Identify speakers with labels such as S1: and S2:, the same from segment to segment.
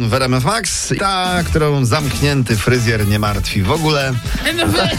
S1: W RMF Max, ta, którą zamknięty fryzjer nie martwi w ogóle.
S2: No we-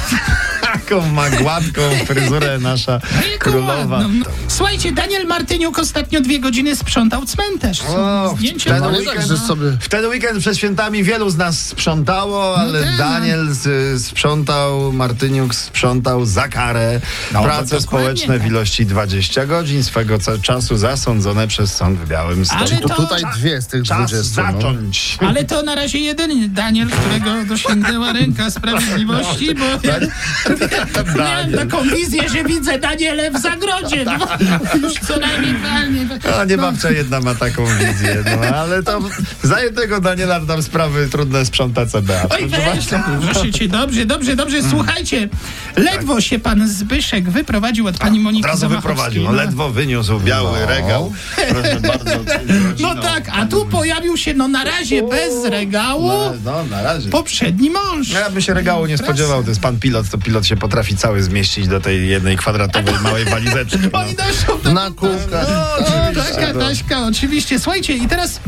S1: Taką ma gładką fryzurę nasza
S2: jaką
S1: królowa.
S2: ładną. No, Słuchajcie, Daniel Martyniuk ostatnio dwie godziny sprzątał cmentarz. Są
S1: O, w-
S2: Zdjęcia
S1: ten
S2: mamy. tak,
S1: weekend,
S3: że No sobie-
S1: w ten weekend przed świętami wielu z nas sprzątało, ale
S2: tak, no.
S1: Daniel z, sprzątał, Martyniuk sprzątał za karę. Prace
S2: No, dokładnie
S1: społeczne w
S2: tak.
S1: ilości 20 godzin swego ca- czasu zasądzone przez sąd w Białymstoku.
S2: Ale
S3: To
S2: to-
S3: tutaj dwie z tych
S1: Czas
S3: 20. No.
S1: zacząć.
S2: Ale to na razie jedyny Daniel, którego dosięgnęła ręka
S1: No,
S2: sprawiedliwości, bo ja miałem taką wizję, że widzę Daniele w zagrodzie. No, już co najmniej palnie.
S1: A nie babcia jedna ma taką wizję, no ale to za jednego Daniela tam sprawy trudne sprząta CBA.
S2: Oj, weź, proszę cię, dobrze, dobrze, dobrze, słuchajcie. Ledwo się pan Zbyszek wyprowadził od pani
S1: Tak, Od
S2: Moniki
S1: razu
S2: Zamachowskiej.
S1: wyprowadził, no,
S2: No.
S1: ledwo wyniósł biały
S3: No.
S1: regał. Proszę bardzo.
S2: No tak, a tu pojawił się, no na razie bez regału,
S1: No, na razie.
S2: poprzedni mąż.
S1: No, ja bym się regału nie spodziewał, to jest pan pilot, to pilot się potrafi cały zmieścić do tej jednej kwadratowej małej walizeczki. No.
S2: Oni noszą taką
S3: Na kółkach.
S2: Taśka, taśka, oczywiście. Słuchajcie, i teraz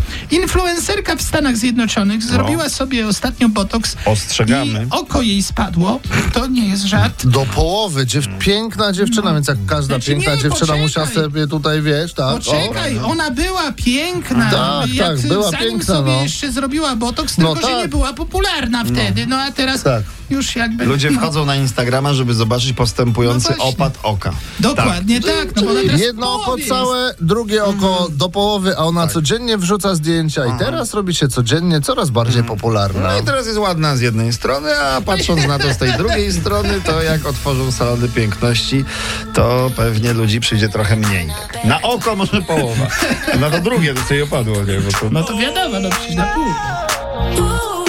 S2: influencerka w Stanach Zjednoczonych
S1: No.
S2: zrobiła sobie ostatnio botoks.
S1: Ostrzegamy.
S2: I oko jej spadło. To nie jest żart.
S3: Do połowy. Dziew... Piękna dziewczyna, więc jak każda
S2: Znaczy,
S3: piękna
S2: nie,
S3: dziewczyna
S2: poczekaj.
S3: musiała sobie tutaj, wiesz, tak? o.
S2: Poczekaj, ona była piękna.
S3: Tak,
S2: jak
S3: tak, była
S2: zanim
S3: piękna,
S2: sobie
S3: no.
S2: jeszcze zrobiła botoks,
S3: No
S2: tylko że
S3: tak.
S2: nie była popularna wtedy. No a teraz
S3: Tak.
S2: już jakby.
S1: Ludzie
S2: no,
S1: wchodzą na Instagrama, żeby zobaczyć postępujący
S2: No właśnie.
S1: opad oka.
S2: Dokładnie tak. no bo ona teraz
S3: Jedno
S2: w
S3: oko
S2: połowie jest.
S3: całe, drugie oko do połowy, a ona codziennie wrzuca zdjęcia i teraz robi się codziennie coraz bardziej popularna.
S1: No i teraz jest ładna z jednej strony, a patrząc na to z tej drugiej strony, to jak otworzą salony piękności, to pewnie ludzi przyjdzie trochę mniej. Na oko może połowa. Na to drugie, to co jej opadło, nie? Bo to...
S2: No to wiadomo, no przecież na pół.
S4: Ooh.